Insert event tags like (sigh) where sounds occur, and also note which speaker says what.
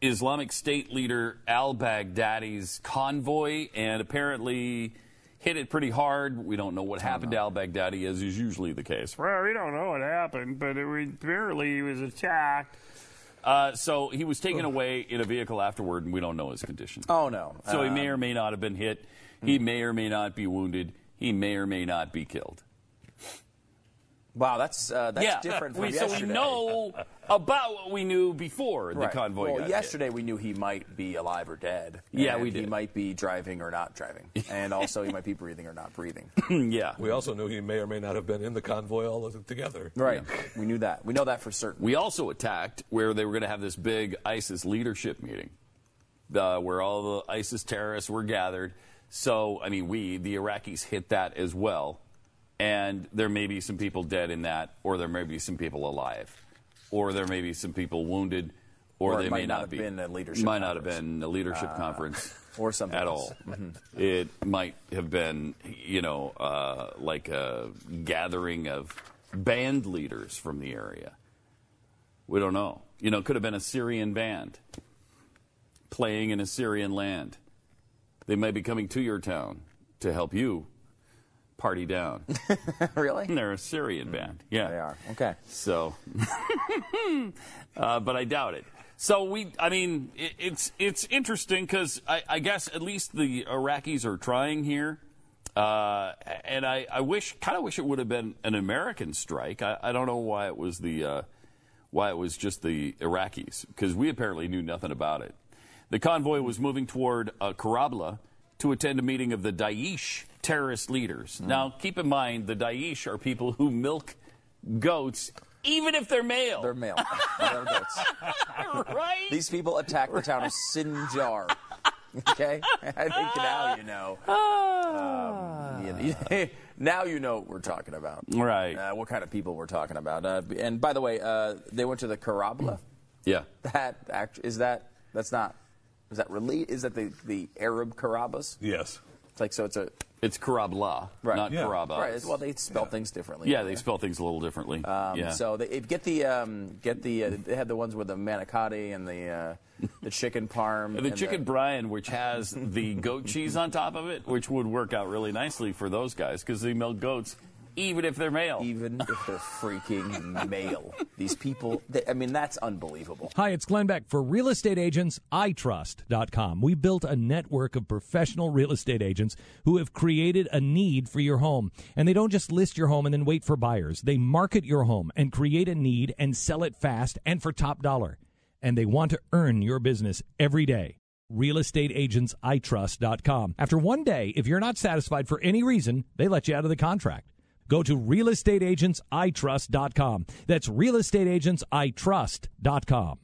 Speaker 1: Islamic State leader al Baghdadi's convoy and apparently hit it pretty hard. We don't know
Speaker 2: Oh,
Speaker 1: what happened to al Baghdadi, as is usually the case.
Speaker 3: Well, we don't know what happened, but it was, apparently he was attacked.
Speaker 1: Uh, so he was taken away in a vehicle afterward, and we don't know his condition.
Speaker 2: Oh, no. mm.
Speaker 1: So he may or may not have been hit. He may or may not be wounded. He may or may not be killed.
Speaker 2: Wow, that's uh, that's different from
Speaker 1: we, so
Speaker 2: yesterday.
Speaker 1: we
Speaker 2: (laughs)
Speaker 1: know about what we knew before
Speaker 2: Right.
Speaker 1: the convoy.
Speaker 2: Well,
Speaker 1: got hit.
Speaker 2: yesterday we knew he might be alive or dead.
Speaker 1: Yeah,
Speaker 2: and
Speaker 1: we
Speaker 2: He
Speaker 1: did.
Speaker 2: might be driving or
Speaker 1: (laughs)
Speaker 2: not driving, and also he might be breathing or not breathing.
Speaker 1: yeah.
Speaker 4: We also knew he may or may not have been in the convoy all of it together.
Speaker 2: Right. We knew that. We know that for certain.
Speaker 1: We also attacked where they were going to have this big ISIS leadership meeting, uh, where all the ISIS terrorists were gathered. So, I mean, we, the Iraqis, hit that as well. And there may be some people dead in that, or there may be some people alive, or there may be some people wounded, or,
Speaker 2: Or it
Speaker 1: they
Speaker 2: might
Speaker 1: may
Speaker 2: not
Speaker 1: not
Speaker 2: have
Speaker 1: be.
Speaker 2: been a leadership
Speaker 1: might not have
Speaker 2: conference. Uh,
Speaker 1: been a leadership conference
Speaker 2: (laughs) or something
Speaker 1: at
Speaker 2: else. Mm-hmm.
Speaker 1: all. (laughs) It might have been, you know, uh, like a gathering of band leaders from the area. We don't know. You know, it could have been a Syrian band playing in a Syrian land. They may be coming to your town to help you party down.
Speaker 2: (laughs) really?
Speaker 1: They're a Syrian band. Yeah.
Speaker 2: They are. Okay.
Speaker 1: So, uh, but I doubt it. So we, I mean, it, it's it's interesting because I, I guess at least the Iraqis are trying here, uh, and I, I wish, kind of wish it would have been an American strike. I, I don't know why it was the, uh, why it was just the Iraqis because we apparently knew nothing about it. The convoy was moving toward uh, Karabla to attend a meeting of the Daesh terrorist
Speaker 2: Hmm.
Speaker 1: leaders. Now, keep in mind, the Daesh are people who milk goats, even if they're male.
Speaker 2: They're male. They're goats.
Speaker 1: (laughs) right?
Speaker 2: These people attacked
Speaker 1: (laughs)
Speaker 2: the town of Sinjar. Okay? I think now you know. Um, you- you- (laughs) now you know what we're talking about.
Speaker 1: Ah. Right.
Speaker 2: Uh, what kind of people we're talking about. Uh, and by the way, uh, they went to the
Speaker 1: Mm.
Speaker 2: Karabla.
Speaker 1: yeah.
Speaker 2: That act- is that that's not is that really is that the the Arab Karabas?
Speaker 4: Yes.
Speaker 2: It's like so it's a
Speaker 1: It's Karabla,
Speaker 2: Right.
Speaker 1: not
Speaker 4: Yeah.
Speaker 1: Karaba.
Speaker 2: right. Well, they spell things differently.
Speaker 1: yeah, they spell things a little differently.
Speaker 2: Um,
Speaker 1: yeah.
Speaker 2: So they if- get the um, get the uh, they had the ones with the manicotti and the uh, the chicken parm.
Speaker 1: (laughs) the
Speaker 2: and
Speaker 1: chicken Brian, which has the goat cheese on top of it, which would work out really nicely for those guys because they milk goats, even if they're male.
Speaker 2: even if they're freaking male. These people, they, I mean, that's unbelievable.
Speaker 5: Hi, it's Glenn Beck for real estate agents itrust.com. We built a network of professional real estate agents who have created a need for your home. And they don't just list your home and then wait for buyers. They market your home and create a need and sell it fast and for top dollar. And they want to earn your business every day. realestateagentsitrust.com. After one day, if you're not satisfied for any reason, they let you out of the contract. Go to realestateagentsitrust.com. That's realestateagentsitrust.com.